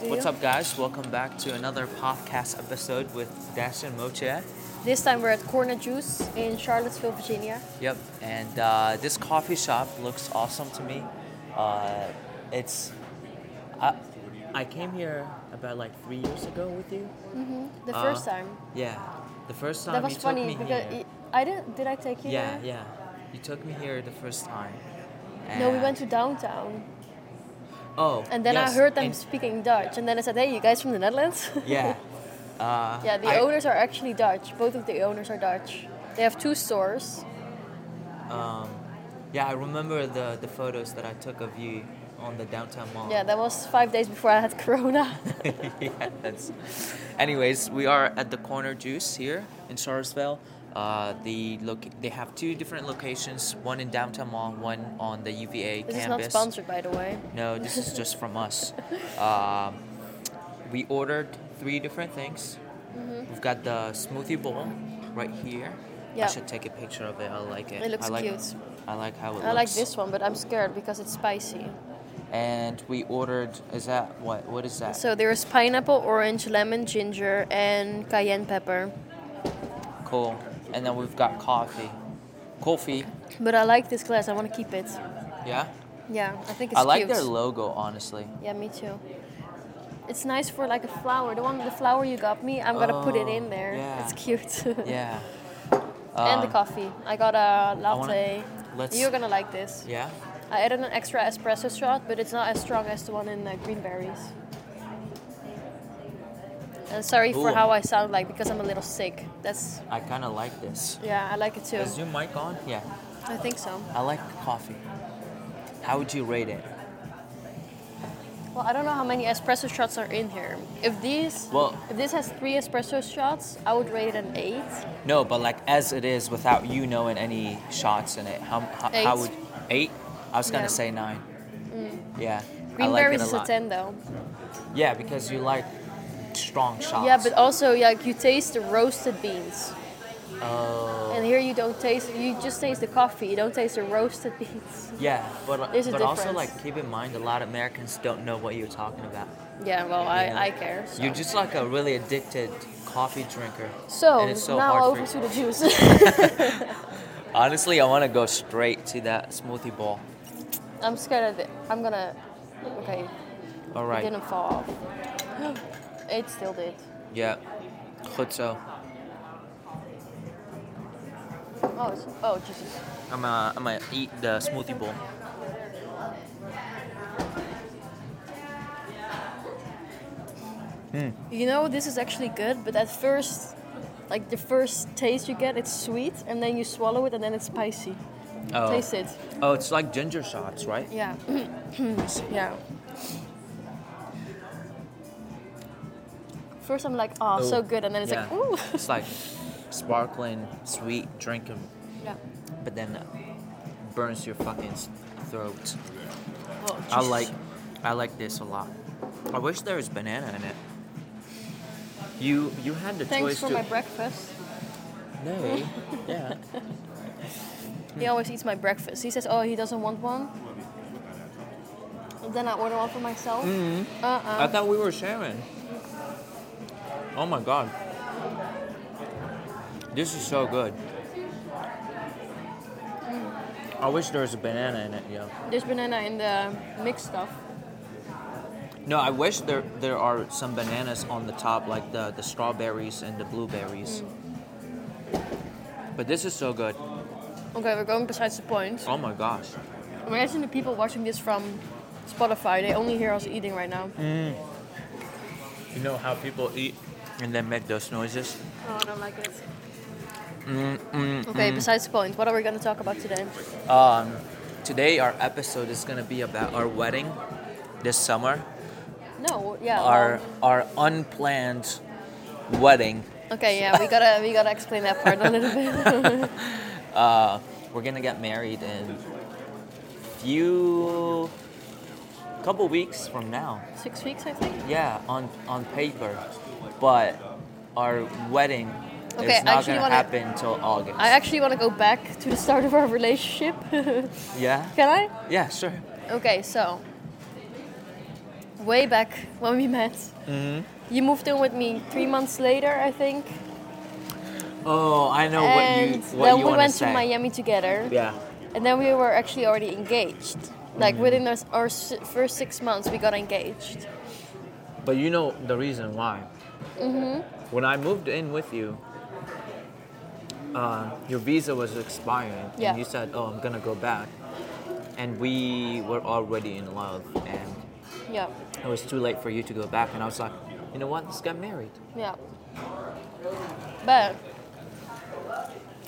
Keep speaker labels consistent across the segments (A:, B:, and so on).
A: to
B: What's
A: you.
B: up, guys? Welcome back to another podcast episode with Dash and Moche.
A: This time we're at Corner Juice in Charlottesville, Virginia.
B: Yep, and uh, this coffee shop looks awesome to me. Uh, it's. I, I came here about like three years ago with you.
A: The
B: Uh,
A: first time.
B: Yeah, the first time
A: That
B: you
A: was
B: took
A: funny
B: me
A: because
B: here.
A: it- I didn't. Did I take you
B: yeah,
A: there?
B: yeah, you took me here the first time.
A: No, we
B: And-
A: went to downtown,
B: Oh,
A: and then
B: yes,
A: I heard them
B: and-
A: speaking Dutch, and then I said, "Hey, you guys from the Netherlands?"
B: Yeah. Uh,
A: yeah, the
B: I-
A: owners are actually Dutch. Both of the owners are Dutch. They have two stores.
B: Um, Yeah, I remember the, the photos that I took of you on the downtown mall.
A: Yeah, that was five days before I had Corona.
B: yeah, that's. Anyways, we are at the Corner Juice here in Charlottesville. Uh, the loc- they have two different locations, one in downtown mall, one on the UVA
A: this is not
B: campus.
A: sponsored, by the way.
B: No, this is just from us. Um, we ordered three different things. We've got the smoothie bowl right here.
A: Mm-hmm. Yeah.
B: I should take a picture of it. I like it.
A: It looks
B: I like,
A: cute.
B: I like how it looks.
A: I like this one, but I'm scared because it's spicy.
B: And we ordered. Is that what? What is that?
A: So there is pineapple, orange, lemon, ginger, and cayenne pepper.
B: cool. And then we've got coffee. Coffee.
A: But I like this glass. I want to keep it.
B: Yeah.
A: Yeah, I think it's
B: I like
A: cute.
B: their logo, honestly.
A: Yeah, me too. It's nice for like a flower. The one, the flower you got me, I'm gonna put it
B: Oh,
A: in there.
B: yeah.
A: It's cute.
B: Yeah.
A: and the
B: Um,
A: coffee. I got a
B: wanna-
A: latte.
B: let's-
A: You're gonna like this.
B: Yeah.
A: I added an extra espresso shot, but it's not as strong as the one in uh, Greenberries. And sorry for
B: Ooh.
A: how I sound like because I'm a little sick. That's
B: I kind of like this.
A: yeah, I like it too.
B: Is your mic on? Yeah.
A: I think so.
B: I like coffee. How would you rate it?
A: Well, I don't know how many espresso shots are in here. If these,
B: Well-
A: if this has three espresso shots, I would rate it an eight.
B: No, but like as it is without you knowing any shots in it. How, how, how
A: Eight.
B: would eight? I was gonna
A: Yeah.
B: say nine. Yeah, I like
A: Greenberries
B: it a
A: is a
B: lot.
A: ten though.
B: Yeah, because you like strong shots.
A: Yeah, but also yeah, like, you taste the roasted beans. Oh. And here you don't taste. You just taste the coffee. You don't taste the roasted beans.
B: yeah, but uh,
A: There's a
B: but also
A: difference.
B: like keep in mind a lot of Americans don't know what you're talking about.
A: Yeah, well,
B: Yeah.
A: I, I care. So,
B: You're just like a really addicted coffee drinker.
A: So,
B: and it's so
A: now
B: hard
A: over
B: for you.
A: to the juice.
B: Honestly, I want to go straight to that smoothie bowl.
A: I'm scared of it. I'm gonna. Okay,
B: All
A: it
B: right.
A: didn't fall off. it still did.
B: Yeah. Goed zo.
A: Oh, it's, oh Jesus.
B: I'm gonna, I'm gonna eat the smoothie bowl.
A: You know, this is actually good, but at first, like the first taste you get, it's sweet, and then you swallow it, and then it's spicy.
B: Oh.
A: Taste it.
B: Oh, it's like ginger shots, right?
A: Yeah. yeah. First, I'm like, oh, so good, and then it's like,
B: Yeah.
A: ooh.
B: It's like sparkling, sweet, drinking,
A: yeah.
B: but then uh, burns your fucking s- throat.
A: Well,
B: I
A: Jesus.
B: like, I like this a lot. I wish there was banana in it. You you had the
A: Thanks
B: choice
A: for
B: to Hmm.
A: my breakfast.
B: no, yeah.
A: He always eats my breakfast. He says, oh, he doesn't want one. And then I order one for myself.
B: Mm-hmm.
A: Uh-uh.
B: I thought we were sharing. Oh my god. This is so good. I wish there was a banana in it, yeah.
A: There's banana in the mixed stuff.
B: No, I wish there there are some bananas on the top, like the, the strawberries and the blueberries.
A: Mm.
B: But this is so good.
A: Okay, we're going besides the point.
B: Oh my gosh.
A: Imagine the people watching this from Spotify. They only hear us eating right now.
B: Mm. You know how people eat and then make those noises?
A: Oh, I don't like it.
B: Mm,
A: okay, besides the point, what are we going to talk about today?
B: Um, today our episode is gonna be about our wedding this summer.
A: No, yeah. um,
B: Our
A: well,
B: our unplanned wedding.
A: okay, yeah. We gotta we gotta explain that part a little bit.
B: uh, We're gonna get married in few couple weeks from now.
A: Six weeks, I think.
B: Yeah, on on paper, but our wedding
A: Okay, I
B: is not
A: actually
B: gonna
A: wanna-
B: happen until August.
A: I actually want to go back to the start of our relationship.
B: yeah,
A: Can I?
B: yeah, sure.
A: Okay, so way back when we met.
B: Mm-hmm.
A: You moved in with me three months later, I think.
B: Oh, I know
A: and
B: what you what
A: then we
B: you want
A: went
B: to say.
A: to Miami together.
B: Yeah.
A: And then we were actually already engaged. Like within our, our s- first six months, we got engaged.
B: But you know the reason why.
A: Mm-hmm.
B: When I moved in with you, uh, your visa was expiring,
A: Yeah.
B: and you said, "Oh, I'm gonna go back," and we were already in love, and
A: Yeah,
B: it was too late for you to go back. And I was like, "You know what? Let's get married."
A: yeah. But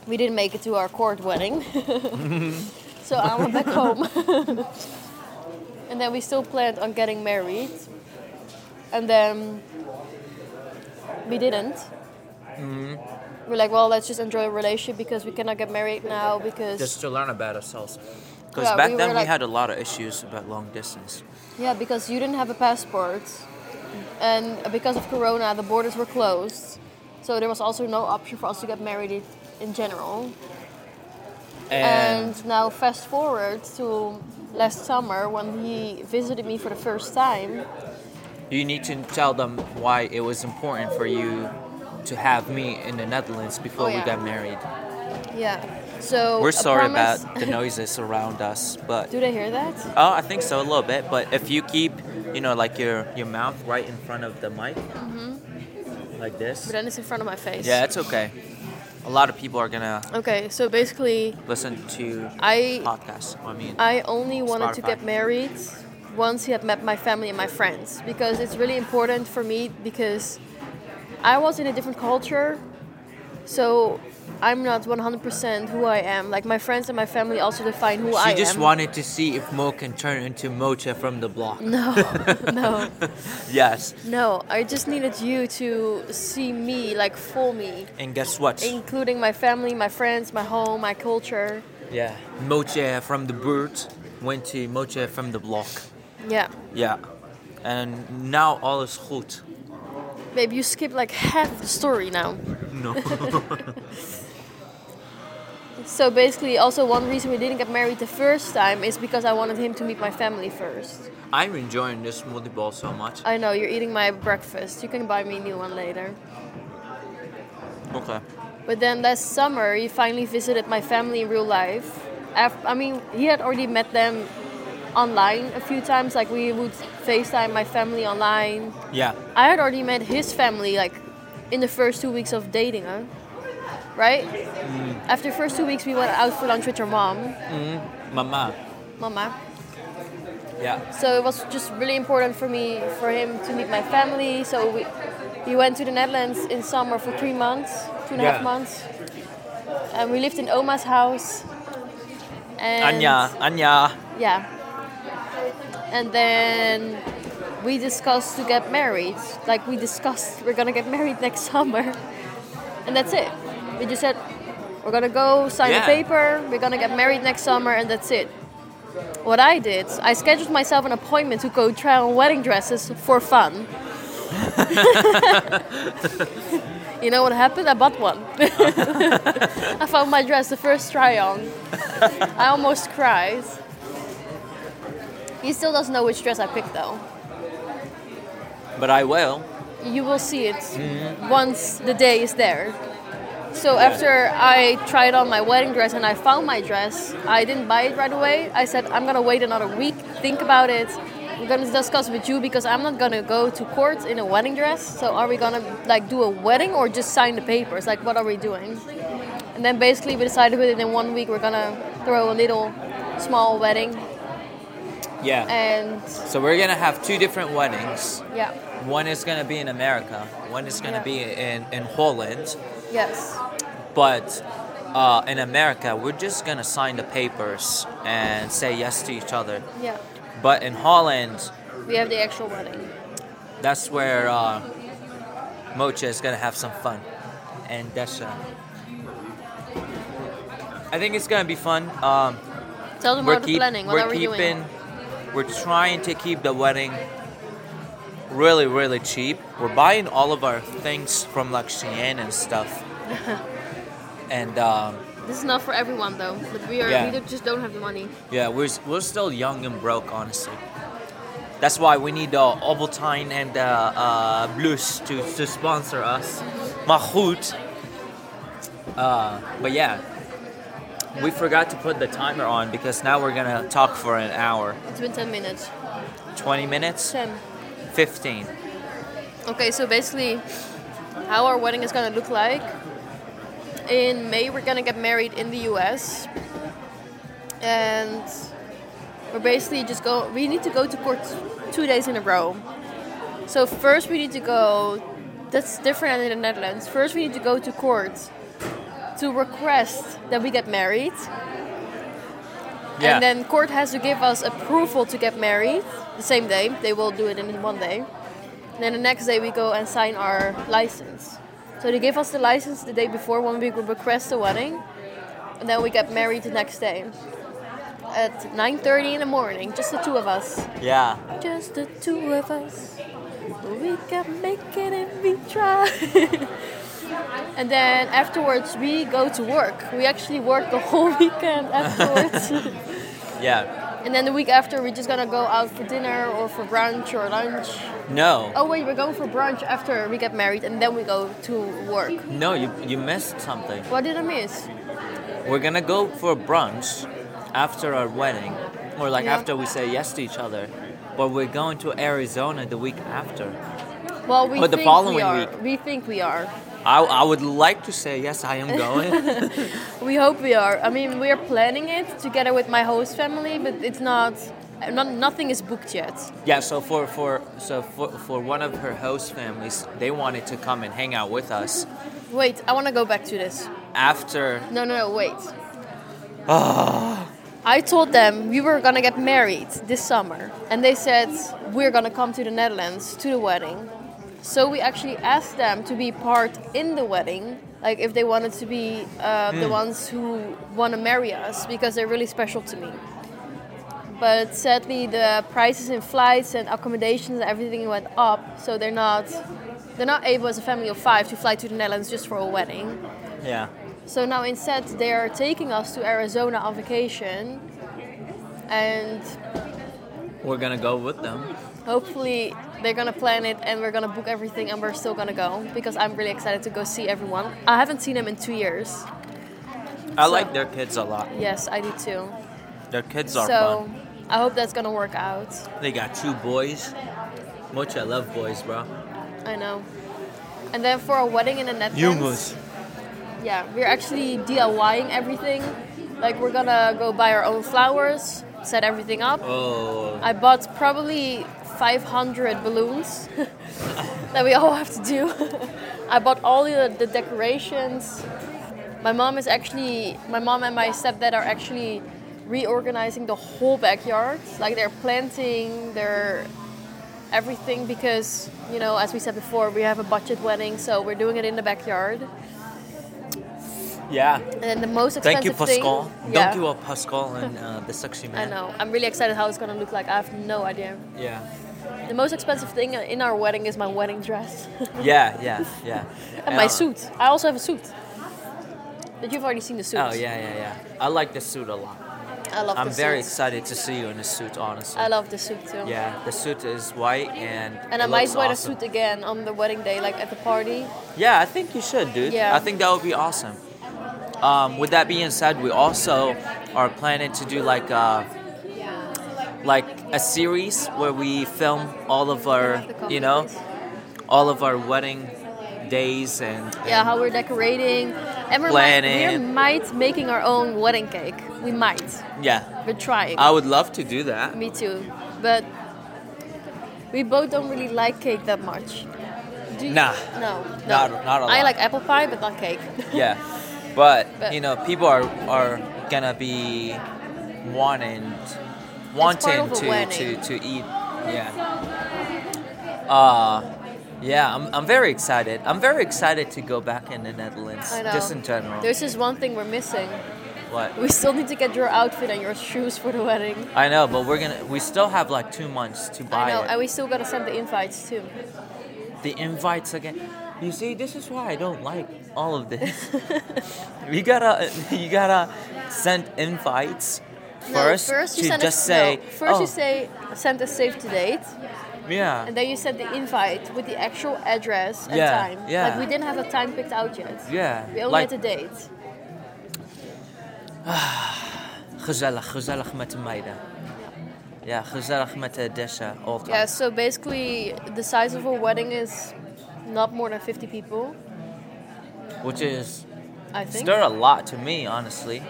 A: we didn't make it to our court wedding, so I went back home. and then we still planned on getting married, and then we didn't. We're like, well, let's just enjoy a relationship because we cannot get married now because
B: Just to learn about ourselves, because
A: Yeah,
B: back
A: we
B: then
A: were
B: we
A: like-
B: had a lot of issues about long distance.
A: Yeah, because you didn't have a passport, and because of Corona, the borders were closed, so there was also no option for us to get married i- in general. And now, fast forward to last summer when he visited me for the first time.
B: You need to tell them why it was important for you to have me in the Netherlands before we
A: Oh, yeah.
B: got married.
A: Yeah. So
B: We're
A: Oh, a
B: sorry
A: promise-
B: about the noises around us, but
A: Do they hear that?
B: oh, I think so a little bit. But if you keep, you know, like your your mouth right in front of the mic, like
A: Mm-hmm. But
B: this.
A: then it's in front of my face.
B: Yeah, it's okay. A lot of people are gonna
A: Okay. So basically,
B: listen to
A: I
B: podcasts. I mean,
A: I only wanted to
B: Spotify.
A: get married once he had met my family and my friends because it's really important for me because I was in a different culture, so I'm not 100% who I am. Like my friends and my family also define who I
B: she just
A: am.
B: wanted to see if Mo can turn into Mocha from the block.
A: no, no,
B: Yes,
A: no. I just needed you to see me, like full me,
B: and guess what?
A: including my family, my friends, my home, my culture.
B: Yeah, Mocha from the bird went to Mocha from the block.
A: Yeah.
B: Yeah, and now all is goed.
A: Babe, you skipped like half of the story now.
B: No.
A: So basically, also one reason we didn't get married the first time is because I wanted him to meet my family first.
B: I'm enjoying this smoothie bowl so much.
A: I know you're eating my breakfast. You can buy me a new one later.
B: Okay.
A: But then last summer, he finally visited my family in real life. Af- I mean, he had already met them online a few times. Like we would FaceTime my family online.
B: Yeah.
A: I had already met his family like in the first two weeks of dating, huh? Right? After the first two weeks, we went out for lunch with your mom,
B: Mama.
A: mama.
B: Yeah.
A: So it was just really important for me, for him to meet my family. So we, he went to the Netherlands in summer for three months, two and a half
B: Yeah.
A: months, and we lived in Oma's house. And
B: Anya. Anya.
A: Yeah. And then we discussed to get married. Like we discussed, we're gonna get married next summer, and that's it. We just said we're gonna go sign
B: Yeah.
A: the paper. We're gonna get married next summer, and that's it. What I did, I scheduled myself an appointment to go try on wedding dresses for fun. you know what happened? I bought one. I found my dress the first try on. I almost cried. He still doesn't know which dress I picked though.
B: But I will.
A: You will see it once the day is there. So after I tried on my wedding dress and I found my dress, I didn't buy it right away. I said I'm gonna wait another week, think about it. I'm gonna discuss with you because I'm not gonna go to court in a wedding dress. So are we gonna like do a wedding or just sign the papers? Like what are we doing? And then basically we decided within one week we're gonna throw a little small wedding
B: Yeah.
A: and
B: So we're gonna have two different weddings.
A: yeah.
B: One is gonna be in America. One is gonna
A: Yeah.
B: be in in Holland.
A: Yes.
B: But uh, in America, we're just gonna sign the papers and say yes to each other.
A: Yeah.
B: But in Holland,
A: We have the actual wedding.
B: that's where uh, Mocha is gonna have some fun, and Desha. I think it's gonna be fun. Um,
A: Tell them
B: we're
A: about the
B: keep,
A: planning. What
B: we're
A: are we
B: keeping,
A: doing?
B: we're trying to keep the wedding really, really cheap. We're buying all of our things from like Shein and stuff, and um,
A: This is not for everyone though. But we are
B: Yeah.
A: we do- just don't have the money.
B: yeah, we're s- we're still young and broke, honestly. That's why we need uh, Ovaltine and uh, uh, Blues to, to sponsor us. Mahout. Uh, but yeah, we forgot to put the timer on because now we're gonna talk for an hour.
A: It's been 10 minutes.
B: 20 minutes?
A: 10.
B: 15.
A: Okay, so basically, how our wedding is gonna look like. In May, we're gonna get married in the U.S. And we're basically just go. We need to go to court two days in a row. So first, we need to go. That's different than in the Netherlands. First, we need to go to court to request that we get married,
B: Yeah.
A: and then court has to give us approval to get married the same day. They will do it in one day. And then the next day we go and sign our license. So they give us the license the day before when we request the wedding, and then we get married the next day at 9:30 in the morning. Just the two of us.
B: yeah.
A: Just the two of us. We can make it if we try. and then afterwards we go to work. We actually work the whole weekend afterwards.
B: Yeah.
A: And then the week after, we're just gonna go out for dinner or for brunch or lunch.
B: No.
A: Oh wait, we're going for brunch after we get married, and then we go to work.
B: No, you, you missed something.
A: What did I miss?
B: We're gonna go for brunch after our wedding, or like
A: Yeah.
B: after we say yes to each other. But we're going to Arizona the week after.
A: Well, we
B: Oh, the
A: think we
B: following
A: are.
B: week.
A: We think we are.
B: I, I would like to say yes, I am going.
A: We hope we are. I mean, we are planning it together with my host family, but it's not. Not, nothing is booked yet.
B: yeah, so for for so for, for one of her host families, they wanted to come and hang out with us
A: Wait, I want to go back to this.
B: after.
A: No, no, no, wait. I told them we were gonna get married this summer, and they said we're gonna come to the Netherlands to the wedding. So we actually asked them to be part in the wedding, like if they wanted to be uh, the ones who want to marry us because they're really special to me. But sadly, the prices in flights and accommodations and everything went up, so they're not they're not able as a family of five to fly to the Netherlands just for a wedding.
B: Yeah.
A: So now instead, they are taking us to Arizona on vacation, and
B: We're gonna go with them.
A: hopefully they're gonna plan it and we're gonna book everything and we're still gonna go because I'm really excited to go see everyone. I haven't seen them in two years.
B: I
A: So-
B: like their kids a lot.
A: Yes, I do too.
B: Their kids are
A: So I hope that's gonna work out.
B: fun. They got two boys. Much I love boys, bro.
A: I know. And then for our wedding in the Netherlands, yeah, we're actually DIYing everything. Like we're gonna go buy our own flowers, set everything up.
B: Oh.
A: I bought probably 500 balloons that we all have to do. I bought all the, the decorations. My mom is actually, my mom and my stepdad are actually reorganizing the whole backyard. Like they're planting, they're everything because, you know, as we said before, we have a budget wedding, so we're doing it in the backyard.
B: Yeah.
A: And then the most expensive
B: Thank you,
A: thing.
B: Pascal.
A: Yeah,
B: Thank you, uh, Pascal, and uh, the sexy
A: I
B: man.
A: know. I'm really excited how it's gonna look like. I have no idea.
B: Yeah.
A: The most expensive thing in our wedding is my wedding dress and
B: Yeah, yeah, yeah.
A: my
B: Uh,
A: suit. I also have a suit. But you've already seen the suit.
B: Oh yeah, yeah, yeah. I like the suit a lot.
A: I love
B: I'm
A: the
B: very
A: suit.
B: excited to see you in a suit, honestly.
A: I love the suit too.
B: yeah, the suit is white and
A: And
B: it
A: I might
B: looks
A: wear
B: awesome.
A: the suit again on the wedding day, like at the party.
B: Yeah, I think you should, dude.
A: Yeah.
B: I think that would be awesome. Um, with that being said, we also are planning to do like a, like a series where we film all of our, you know, all of our wedding days and
A: Yeah, how we're decorating. And we're Might, we're
B: Planning.
A: might making our own wedding cake. We might.
B: yeah.
A: We're trying.
B: I would love to do that.
A: Me too. But we both don't really like cake that much. Do you?
B: Nah.
A: No. no.
B: Not- not a
A: I
B: lot.
A: like apple pie, but not cake.
B: Yeah, but,
A: But-
B: you know, people are are gonna be wanting wanting
A: of a
B: to, to
A: wedding.
B: to eat. Yeah. Uh yeah, I'm, I'm very excited. I'm very excited to go back in the Netherlands,
A: I know.
B: just in general.
A: There's just one thing we're missing.
B: what?
A: We still need to get your outfit and your shoes for the wedding.
B: I know, but we're gonna. We still have like two months to buy
A: I know,
B: it.
A: and we still gotta send the invites too.
B: the invites again. You see, this is why I don't like all of this. you gotta, you gotta send invites first,
A: first you
B: to
A: send
B: just
A: a,
B: say,
A: no, first
B: oh,
A: you say send a save to date,
B: yeah,
A: and then you send the invite with the actual address and
B: Yeah,
A: time.
B: yeah.
A: Like we didn't have a time picked out yet.
B: yeah,
A: We only
B: like
A: had a date.
B: gezellig, gezellig met de meiden. Ja, gezellig met de Desha. Olga.
A: Yeah, so basically the size of a wedding is not more than 50 people,
B: Which is
A: I think.
B: still a lot to me, honestly.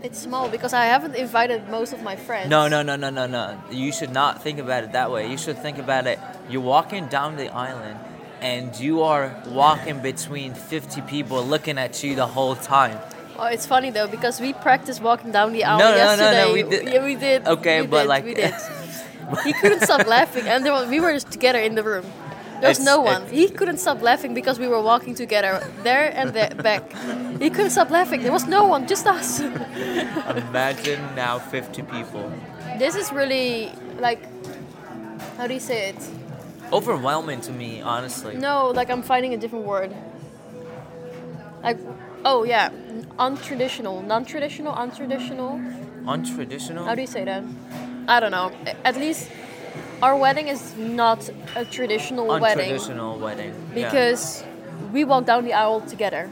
A: It's small because I haven't invited most of my friends.
B: No, no, no, no, no, no. You should not think about it that way. You should think about it. You're walking down the island and you are walking between 50 people looking at you the whole time.
A: Oh, it's funny though because we practiced walking down the aisle
B: No, no, no, no,
A: yesterday.
B: we did-
A: Yeah, we did.
B: Okay,
A: we
B: but
A: did,
B: like-
A: we did. he couldn't stop laughing, and there was, we were just together in the room. There was
B: It's-
A: no one.
B: it-
A: he couldn't stop laughing because we were walking together there and there, back. He couldn't stop laughing. There was no one, just us.
B: Imagine now 50 people.
A: this is really like, how do you say it?
B: Overwhelming to me, honestly.
A: No, like I'm finding a different word. Like, oh yeah, untraditional, non-traditional, untraditional.
B: Untraditional.
A: How do you say that? I don't know. At least our wedding is not a traditional wedding
B: Untraditional wedding. Yeah.
A: because we walk down the aisle together.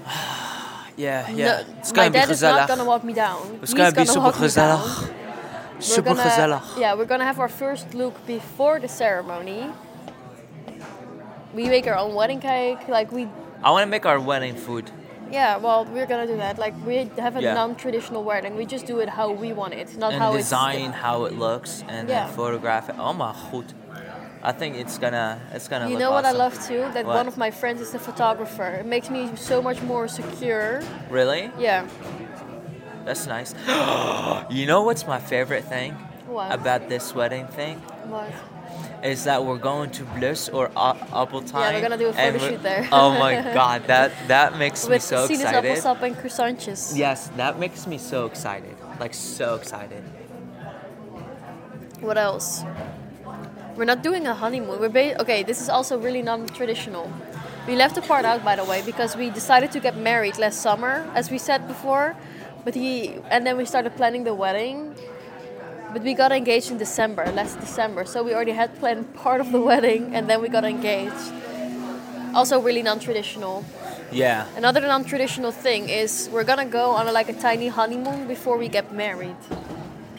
B: yeah, yeah.
A: No,
B: it's
A: my
B: gonna be
A: dad is not gonna
B: gezellig.
A: walk me down.
B: It's
A: He's
B: gonna be super
A: walk me down.
B: gezellig.
A: We're
B: Super
A: gonna-
B: gezellig.
A: Yeah, we're gonna have our first look before the ceremony. We make our own wedding cake. Like we,
B: I want to make our wedding food.
A: yeah. Well, we're gonna do that. Like we have a
B: Yeah.
A: non-traditional wedding. We just do it how we want it, not
B: and
A: how
B: design how it looks and
A: Yeah.
B: then photograph it. Oh my god. I think it's gonna it's gonna
A: it's. You
B: look
A: know what I
B: awesome.
A: love too? That
B: What?
A: one of my friends is a photographer. It makes me so much more secure.
B: Really?
A: Yeah.
B: That's nice. you know what's my favorite thing
A: What?
B: about this wedding thing?
A: What?
B: Is that we're going to Bliss or Appletine.
A: Yeah, we're gonna do a photo
B: and
A: shoot there.
B: oh my god, that that makes me
A: With
B: so
A: Sinus
B: excited.
A: appelsap and croissantjes.
B: Yes, that makes me so excited. Like so excited.
A: What else? We're not doing a honeymoon. We're ba- okay. This is also really non-traditional. We left a part out, by the way, because we decided to get married last summer, as we said before. But he and then we started planning the wedding. But we got engaged in December, last December. So we already had planned part of the wedding, and then we got engaged. Also, really non-traditional.
B: Yeah.
A: Another non-traditional thing is we're gonna go on a, like a tiny honeymoon before we get married,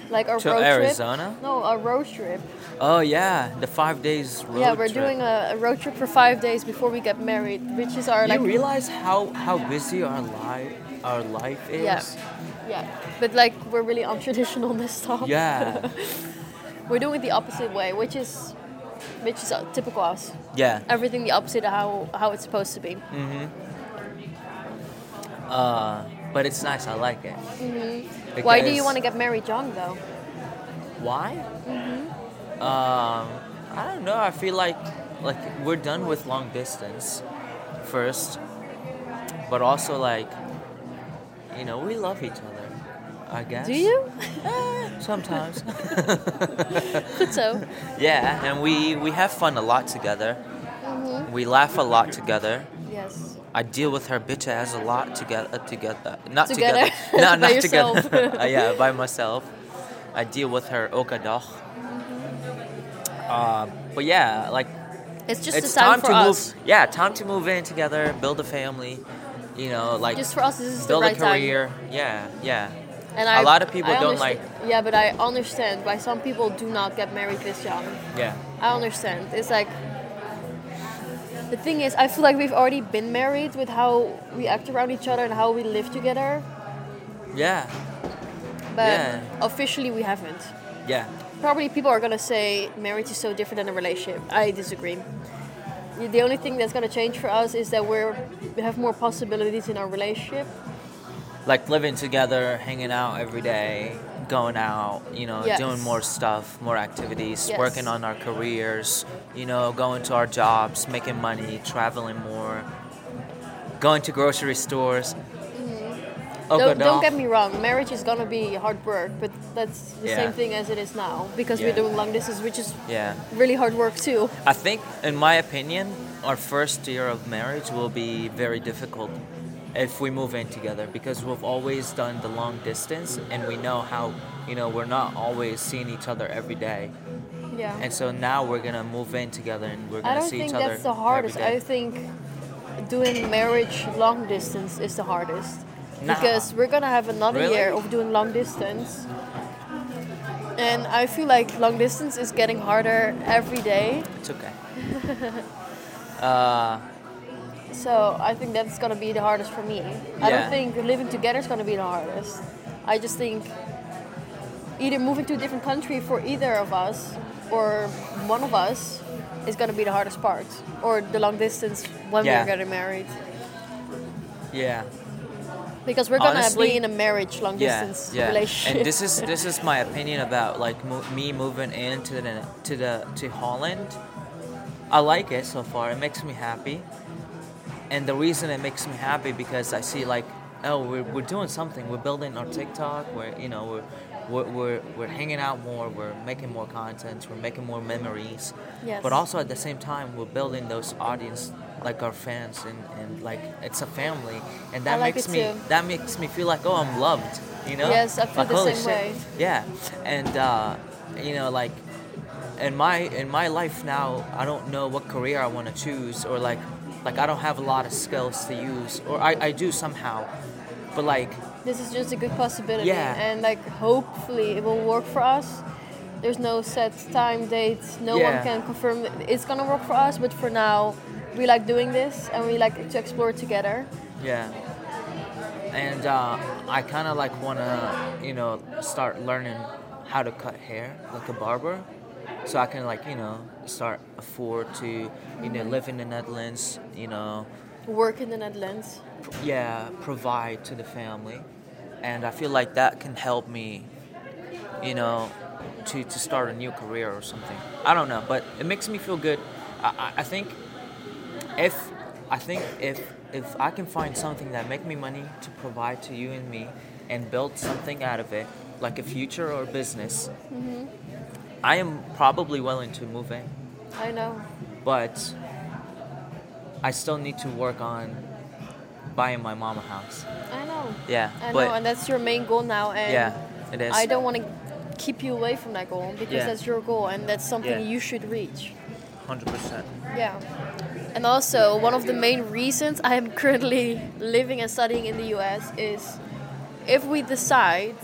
A: like our
B: To
A: road
B: Arizona?
A: trip. No, our road trip.
B: Oh yeah, the five days road
A: yeah, we're
B: trip.
A: doing a, a road trip for five days before we get married, which is our like
B: you realize how how busy our life our life is.
A: Yeah. yeah. But like we're really untraditional this time.
B: Yeah,
A: we're doing it the opposite way, which is which is uh, typical us.
B: yeah.
A: Everything the opposite of how how it's supposed to be.
B: Uh, but it's nice. I like it.
A: Mm-hmm. Why do you want to get married young though?
B: Why?
A: Mm-hmm.
B: Um, I don't know. I feel like like we're done with long distance, first, but also like, you know, we love each other. I guess.
A: Do you?
B: Sometimes.
A: Good so.
B: yeah, and we we have fun a lot together.
A: Mm-hmm.
B: We laugh a lot together.
A: Yes.
B: I deal with her bitch ass a lot together, uh, together, not
A: Together?
B: together, no,
A: By
B: not
A: yourself.
B: together. Uh, yeah, by myself. I deal with her okadoch. Uh, but yeah, like
A: It's just
B: it's
A: the time,
B: time,
A: for
B: to
A: us.
B: move. Yeah, time to move in together, build a family. You know, like
A: Just for us, this is
B: build
A: the right
B: a
A: time.
B: career. Yeah, yeah.
A: And
B: A
A: I,
B: lot of people
A: I
B: don't
A: understa- Yeah, but I understand why some people do not get married this young.
B: Yeah.
A: I understand. It's like the thing is, I feel like we've already been married with how we act around each other and how we live together,
B: Yeah.
A: but
B: Yeah.
A: officially we haven't.
B: Yeah.
A: Probably people are gonna say marriage is so different than a relationship. I disagree. The only thing that's gonna change for us is that we're we have more possibilities in our relationship.
B: Like living together, hanging out every day, going out, you know,
A: Yes.
B: doing more stuff, more activities,
A: Yes.
B: working on our careers, you know, going to our jobs, making money, traveling more, going to grocery stores. Oh,
A: Mm-hmm. don't,
B: God,
A: don't
B: no.
A: get me wrong marriage is gonna be hard work but that's the
B: Yeah.
A: same thing as it is now because we're
B: Yeah.
A: doing long distance which is
B: Yeah.
A: really hard work too
B: I think, in my opinion, our first year of marriage will be very difficult if we move in together because we've always done the long distance and we know how you know we're not always seeing each other every day
A: Yeah.
B: and so now we're gonna move in together and we're
A: I
B: gonna
A: don't
B: see each
A: think
B: other
A: that's the
B: every
A: hardest.
B: day.
A: I think doing marriage long distance is the hardest
B: Nah.
A: because we're gonna have another
B: Really?
A: year of doing long distance, and I feel like long distance is getting harder every day.
B: it's okay Uh,
A: So I think that's gonna be the hardest for me. I
B: Yeah.
A: don't think living together is gonna be the hardest. I just think either moving to a different country for either of us or one of us is gonna be the hardest part, or the long distance when
B: Yeah.
A: we're getting married.
B: yeah
A: Because we're gonna
B: Honestly,
A: be in a marriage, long
B: yeah,
A: distance
B: yeah.
A: relationship.
B: And this is this is my opinion about like mo- me moving into the to the to Holland. I like it so far. It makes me happy, and the reason it makes me happy because I see like oh we're, we're doing something. We're building our TikTok. We're you know we're. We're, we're, we're hanging out more, we're making more content, we're making more memories.
A: Yes.
B: But also at the same time, we're building those audience, like our fans, and, and like it's a family. And that
A: like
B: makes
A: it
B: me
A: too.
B: that makes me feel like oh I'm loved, you know.
A: Yes, I feel
B: Like,
A: the
B: holy
A: same way.
B: shit. Yeah, and uh, you know like in my in my life now, I don't know what career I want to choose or like like I don't have a lot of skills to use or I, I do somehow, but like
A: this is just a good possibility,
B: Yeah.
A: and like hopefully it will work for us. There's no set time, date. No
B: Yeah.
A: one can confirm it's gonna work for us. But for now, we like doing this, and we like to explore together.
B: Yeah. And uh, I kind of like want to, you know, start learning how to cut hair like a barber. So I can like, you know, start afford to, you know, live in the Netherlands, you know,
A: Work in the Netherlands.
B: yeah, provide to the family. And I feel like that can help me, you know, to, to start a new career or something. I don't know, but it makes me feel good. I, I, I think if I think if if I can find something that make me money to provide to you and me and build something out of it, like a future or business, I am probably willing to move in
A: I know.
B: but I still need to work on buying my mom a house.
A: I know.
B: Yeah,
A: I
B: but
A: know, and that's your main goal now. And
B: yeah, it is.
A: I don't want to keep you away from that goal because
B: Yeah.
A: that's your goal, and that's something
B: Yeah.
A: you should reach.
B: Hundred percent.
A: Yeah. And also, one of the main reasons I am currently living and studying in the US is if we decide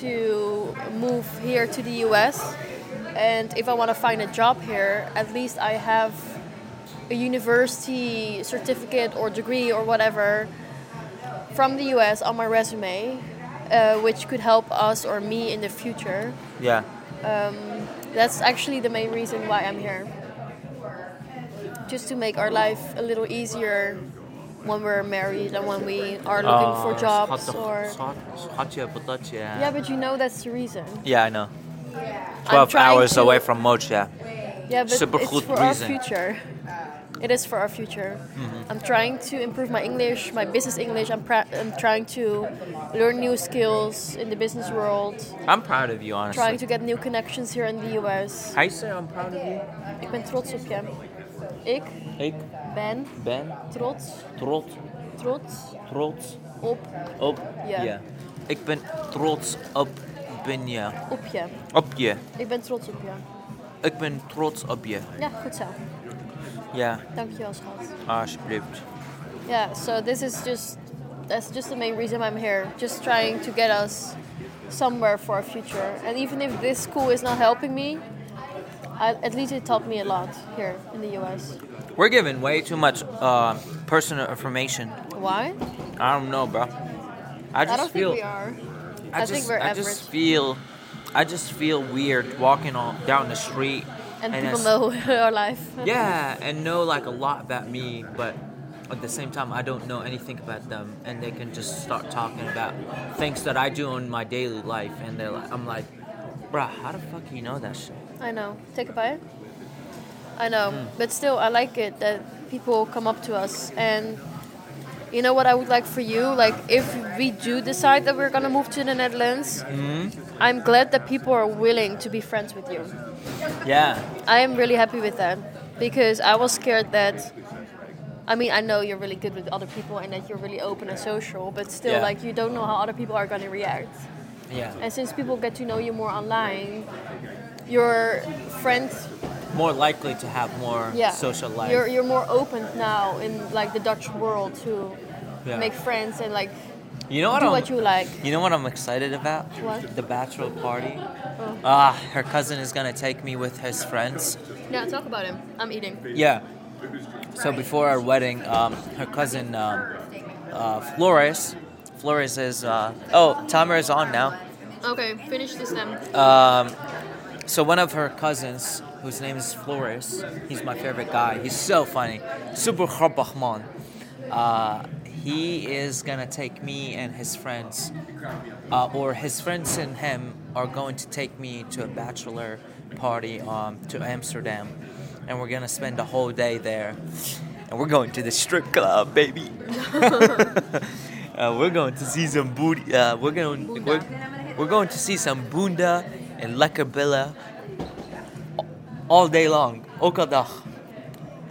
A: to move here to the US and if I want to find a job here, at least I have a university certificate or degree or whatever from the US on my resume, uh, which could help us or me in the future.
B: Yeah,
A: That's actually the main reason why I'm here. Just to make our life a little easier when we're married and when we are looking
B: Ah, Uh,
A: for jobs or yeah, but you know that's the reason.
B: yeah, I know.
A: I'm
B: Twelve
A: trying
B: hours
A: to-
B: away from Mocha.
A: yeah, but
B: super
A: it's
B: good
A: for our
B: reason. Mm-hmm.
A: future. It is for our future. I'm trying to improve my English, my business English. I'm, pra- I'm trying to learn new skills in the business world,
B: I'm proud of you, honestly.
A: trying to get new connections here in the US.
B: How you say I'm proud of you?
A: Ik ben trots op je. Ik
B: Ik
A: ben
B: ben
A: trots,
B: trots,
A: trots
B: trots
A: op
B: op
A: Ja.
B: je. Ik ben trots op ben je.
A: Op je.
B: Op je.
A: Ik ben trots op je.
B: Ik ben trots op je.
A: Ja, goed zo.
B: Ja,
A: Dankjewel, schat.
B: alsjeblieft.
A: Yeah, so this is just that's just the main reason I'm here. Just trying to get us somewhere for our future. And even if this school is not helping me, I, at least it taught me a lot here in the US.
B: We're giving way too much uh, personal information.
A: Why?
B: I don't know, bro. I just
A: I don't
B: feel.
A: think we are.
B: I,
A: I
B: just,
A: think we're
B: I
A: average.
B: just feel. I just feel weird walking on down the street.
A: And, people
B: it's-
A: know our life.
B: Yeah, and know like a lot about me, but at the same time, I don't know anything about them, and they can just start talking about things that I do in my daily life, and they're like, I'm like, bruh, how the fuck you know that shit?
A: I know. Take a bite. I know, but still, I like it that people come up to us. And you know what I would like for you? Like, if we do decide that we're gonna move to the Netherlands, I'm glad that people are willing to be friends with you.
B: Yeah,
A: I am really happy with that because I was scared that I mean, I know you're really good with other people and that you're really open and social, but still,
B: Yeah.
A: like, you don't know how other people are gonna react.
B: Yeah.
A: And since people get to know you more online, your friends,
B: More likely to have more
A: yeah,
B: social life.
A: You're you're more open now in like the Dutch world to
B: Yeah.
A: make friends and like
B: you know what
A: do
B: I'm,
A: what you like.
B: You know what I'm excited about?
A: What? Oh.
B: The bachelor party. Ah, her cousin is gonna take me with his friends.
A: Yeah, talk about him. I'm eating.
B: Yeah. So before our wedding, um, her cousin um, uh, Flores, Flores is. Uh, oh, timer is on now.
A: Okay, finish this um, then.
B: Uh, So one of her cousins, whose name is Flores, he's my favorite guy. He's so funny, super grappig man. Uh, he is gonna take me and his friends, uh, or his friends and him are going to take me to a bachelor party um, to Amsterdam, and we're gonna spend the whole day there. And we're going to the strip club, baby. Uh, we're going to see some booty. Uh, we're going.
A: Bunda.
B: We're, we're going to see some bunda and lekkerbilla all day long. Elke dag.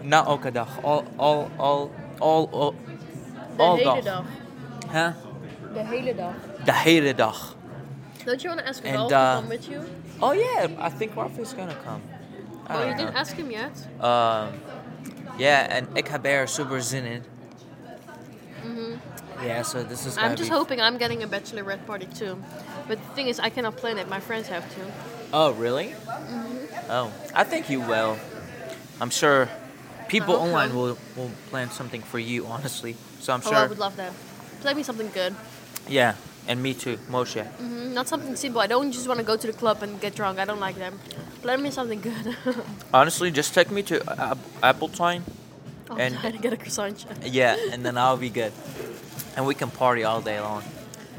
B: Not elke dag. All, all, all, all, all, all dag. Huh?
A: The hele dag.
B: De hele dag.
A: Don't you want to ask
B: And,
A: Ralph
B: uh,
A: to come with you?
B: Oh yeah, I think Ralph is gonna come. I
A: Oh, you
B: don't
A: didn't
B: know.
A: ask him yet.
B: Um, yeah, and ik heb er super zin in. Yeah, so this is.
A: Mm-hmm. I'm
B: gonna
A: just
B: be-
A: hoping I'm getting a bachelorette party too. But the thing is, I cannot plan it. My friends have to.
B: Oh, really?
A: Mm-hmm.
B: Oh, I think you will. I'm sure people
A: I hope
B: online
A: so.
B: will, will plan something for you, honestly. So I'm
A: Oh,
B: sure.
A: I would love that. Play me something good.
B: yeah, and me too, Moshe.
A: Mm, Not something simple. I don't just want to go to the club and get drunk. I don't like them. Play me something good. Oh,
B: Honestly, just take me to uh, Ap- Appletine.
A: I'm
B: And-
A: trying to get a croissant.
B: Yeah, and then I'll be good. And we can party all day long.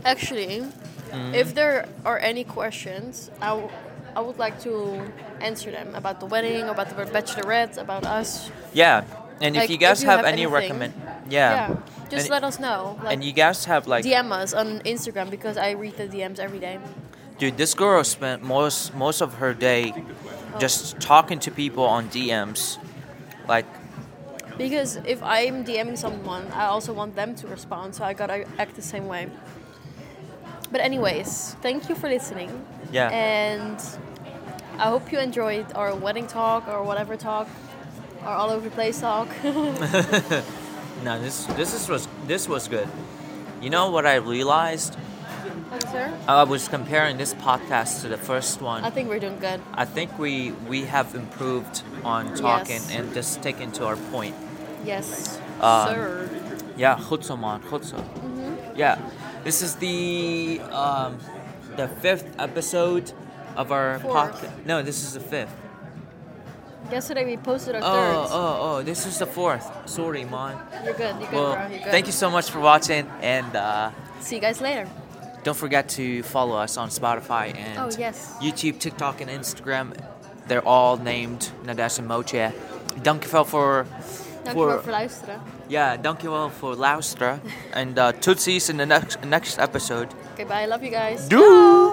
A: Actually,
B: Mm.
A: if there are any questions, I, w- I would like to answer them about the wedding, about the bachelorette, about us.
B: Yeah, and if
A: Like,
B: you guys
A: if you
B: have,
A: have
B: any
A: anything-
B: recommend, yeah.
A: Just
B: and,
A: let us know. Like,
B: and you guys have like,
A: DM us on Instagram because I read the DMs every day.
B: dude, this girl spent most most of her day
A: Oh.
B: just talking to people on DMs, like
A: Because if I'm DMing someone, I also want them to respond, so I gotta act the same way. But, anyways, thank you for listening.
B: Yeah.
A: And I hope you enjoyed our wedding talk or whatever talk, or all over the place talk.
B: No, this this is was this was good. You know what I realized? I was comparing this podcast to the first
A: I
B: one.
A: think we're doing good.
B: I think we we have improved on talking
A: Yes.
B: and just sticking to our point.
A: Yes.
B: Um,
A: sir.
B: Yeah, goed zo man, goed zo.
A: Mm-hmm.
B: Yeah, this is the um, the fifth episode of our
A: Fourth.
B: podcast. No, this is the fifth.
A: Yesterday we posted our
B: Oh,
A: 3rd
B: oh, oh! This is the fourth. Sorry, man.
A: You're good. You're good,
B: Well,
A: bro. You're good.
B: thank you so much for watching, and uh,
A: See you guys later.
B: Don't forget to follow us on Spotify and
A: Oh, yes.
B: YouTube, TikTok, and Instagram. They're all named Nadesh and Moche. Dankjewel voor...
A: Dankjewel voor luisteren.
B: Yeah, dankjewel voor luisteren. and uh, tot ziens in the next, next episode.
A: Okay, bye. I love you guys.
B: Doei!